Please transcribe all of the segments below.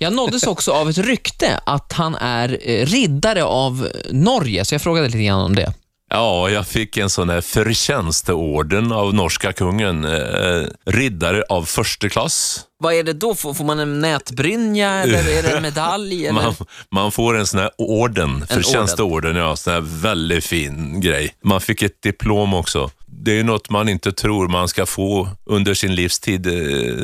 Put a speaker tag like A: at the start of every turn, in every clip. A: Jag nåddes också av ett rykte att han är eh, riddare av eh, Norge, så jag frågade lite grann om det.
B: Ja, jag fick en sån här förtjänsteorden av norska kungen. Eh, riddare av första klass.
A: Vad är det då? Får, får man en nätbrynja eller är det en medalj? Eller?
B: Man, man får en sån här orden, förtjänsteorden, ja. Sån här väldigt fin grej. Man fick ett diplom också. Det är ju något man inte tror man ska få under sin livstid eh,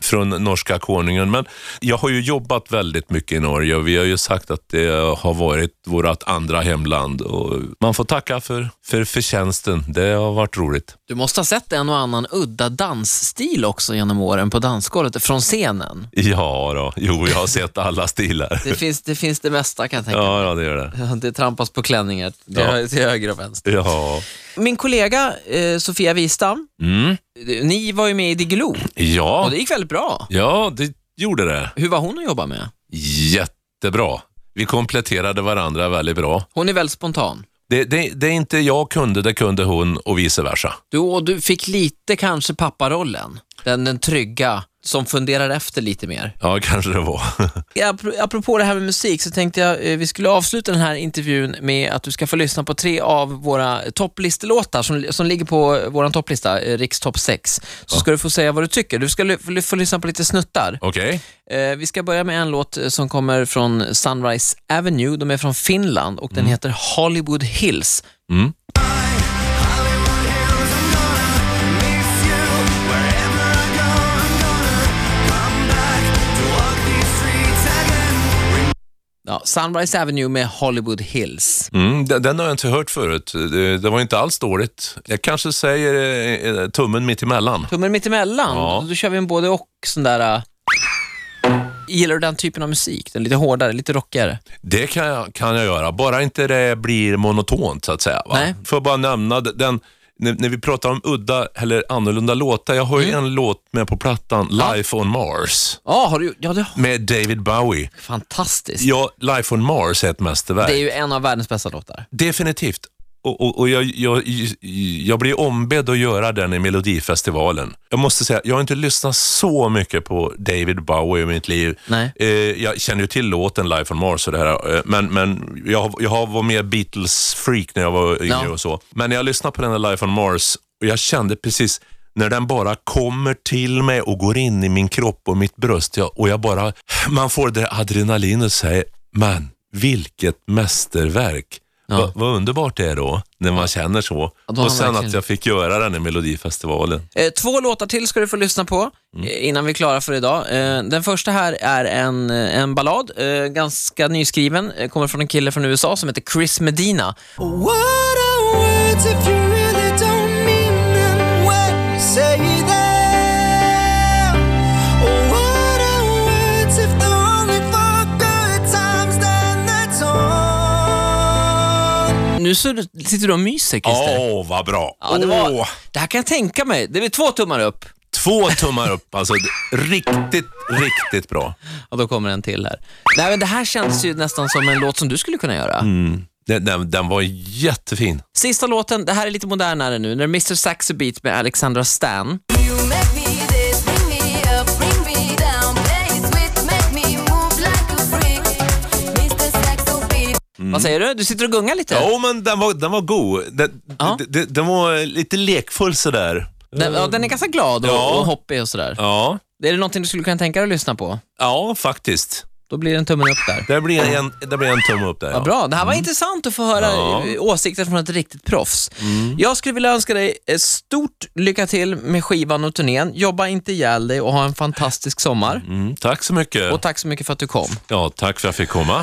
B: från norska konungen. Men jag har ju jobbat väldigt mycket i Norge och vi har ju sagt att det har varit vårt andra hemland. Och man får tacka för, för förtjänsten. Det har varit roligt.
A: Du måste ha sett en och annan udda dansstil också genom åren på dansgolvet, från scenen.
B: Ja, då. jo, jag har sett alla stilar.
A: Det finns det, finns det mesta kan jag tänka
B: Ja, ja, det gör det.
A: mig. Det trampas på klänningar till,
B: Ja.
A: hö- till höger och vänster.
B: Ja.
A: Min kollega eh, Sofia Wistam,
B: Mm.
A: eh, ni var ju med i Diggiloo
B: Ja.
A: och det gick väldigt bra.
B: ja, det gjorde det.
A: Hur var hon att jobba med?
B: Jättebra. Vi kompletterade varandra väldigt bra.
A: Hon är väldigt spontan.
B: Det, det, det är inte jag kunde, det kunde hon och vice versa.
A: Du, och du fick lite kanske papparollen, den, den trygga som funderar efter lite mer.
B: Ja, kanske det var.
A: Apro- Apropå det här med musik så tänkte jag eh, vi skulle avsluta den här intervjun med att du ska få lyssna på tre av våra topplistelåtar som, som ligger på eh, vår topplista, eh, Riks topp 6. Så ska du få säga vad du tycker. Du ska ly- få ly- få lyssna på lite snuttar.
B: Okej.
A: Eh, vi ska börja med en låt eh, som kommer från Sunrise Avenue. De är från Finland och den heter Hollywood Hills.
B: Mm.
A: Ja, Sunrise Avenue med Hollywood Hills.
B: Mm, den, den har jag inte hört förut. Det, det var inte alls dåligt. Jag kanske säger eh, tummen mitt emellan.
A: Tummen mittemellan,
B: Ja.
A: då kör vi en både och sån där... eh, Gillar du den typen av musik? Den är lite hårdare, lite rockigare.
B: Det kan jag, kan jag göra, bara inte det blir monotont så att säga. Va?
A: Nej.
B: Får jag bara nämna d- den, när, när vi pratar om udda eller annorlunda låtar. Jag har ju
A: Mm.
B: en låt med på plattan, Life on Mars,
A: Ja, har du, ja det
B: med David Bowie.
A: fantastiskt.
B: Ja, Life on Mars är ett mästerverk.
A: Det är ju en av världens bästa låtar.
B: Definitivt. Och, och, och jag, jag, jag blir ombedd att göra den i Melodifestivalen. Jag måste säga, jag har inte lyssnat så mycket på David Bowie i mitt liv.
A: Nej.
B: Eh, jag känner ju till låten Life on Mars och det här, eh, men, men jag, har- jag har- var mer Beatles-freak när jag var yngre
A: Ja.
B: och så. Men när jag lyssnade på den här Life on Mars, och jag kände precis när den bara kommer till mig och går in i min kropp och mitt bröst jag, och jag bara, man får det adrenalinet och säger, man, vilket mästerverk.
A: Ja.
B: Va, vad underbart det är då, när man känner så.
A: då har
B: och sen
A: verkligen-
B: att jag fick göra den i Melodifestivalen.
A: Eh, två låtar till ska du få lyssna på
B: Mm.
A: eh, innan vi är klara för idag. Eh, den första här är en, eh, en ballad, eh, ganska nyskriven, eh, kommer från en kille från USA som heter Chris Medina.
C: What are words if you really don't mean them when you say them? What are words if they're only for good times? Then that's all.
A: Nu så, sitter du och myser,
B: Åh,
A: Christer.
B: vad bra!
A: Ja, det, var,
B: Åh.
A: det här kan jag tänka mig. Det är väl två tummar upp.
B: Två tummar upp, alltså riktigt, riktigt bra.
A: Ja, då kommer en till här. Nej, men det här känns ju nästan som en låt som du skulle kunna göra.
B: Mm. Den, den, den var jättefin.
A: Sista låten, det här är lite modernare nu, när Mr Saxo Beat med Alexandra Stan.
D: You make me this, bring me up, bring me down. Play it sweet, make me move like a freak. Mr. Saxo beat.
A: Vad säger du? Du sitter och gungar lite?
B: Mm. Ja, oh, men den var, den var god. Den,
A: Ja.
B: d- d- den var lite lekfull sådär.
A: Den, ja, den är ganska glad och,
B: Ja.
A: och hoppig och sådär.
B: Ja,
A: Är det någonting du skulle kunna tänka dig att lyssna på?
B: ja faktiskt.
A: Då blir det en tummen upp där.
B: Det blir en, det blir en tumme upp där.
A: Ja,
B: Ja.
A: bra, det här var intressant att få höra
B: Mm. Ja. Mm.
A: eh, åsikter från ett riktigt proffs. Jag skulle vilja önska dig ett stort lycka till med skivan och turnén. Jobba inte ihjäl dig och ha en fantastisk sommar.
B: Mm, tack så mycket.
A: Och tack så mycket för att du kom.
B: Ja, tack för att jag fick komma.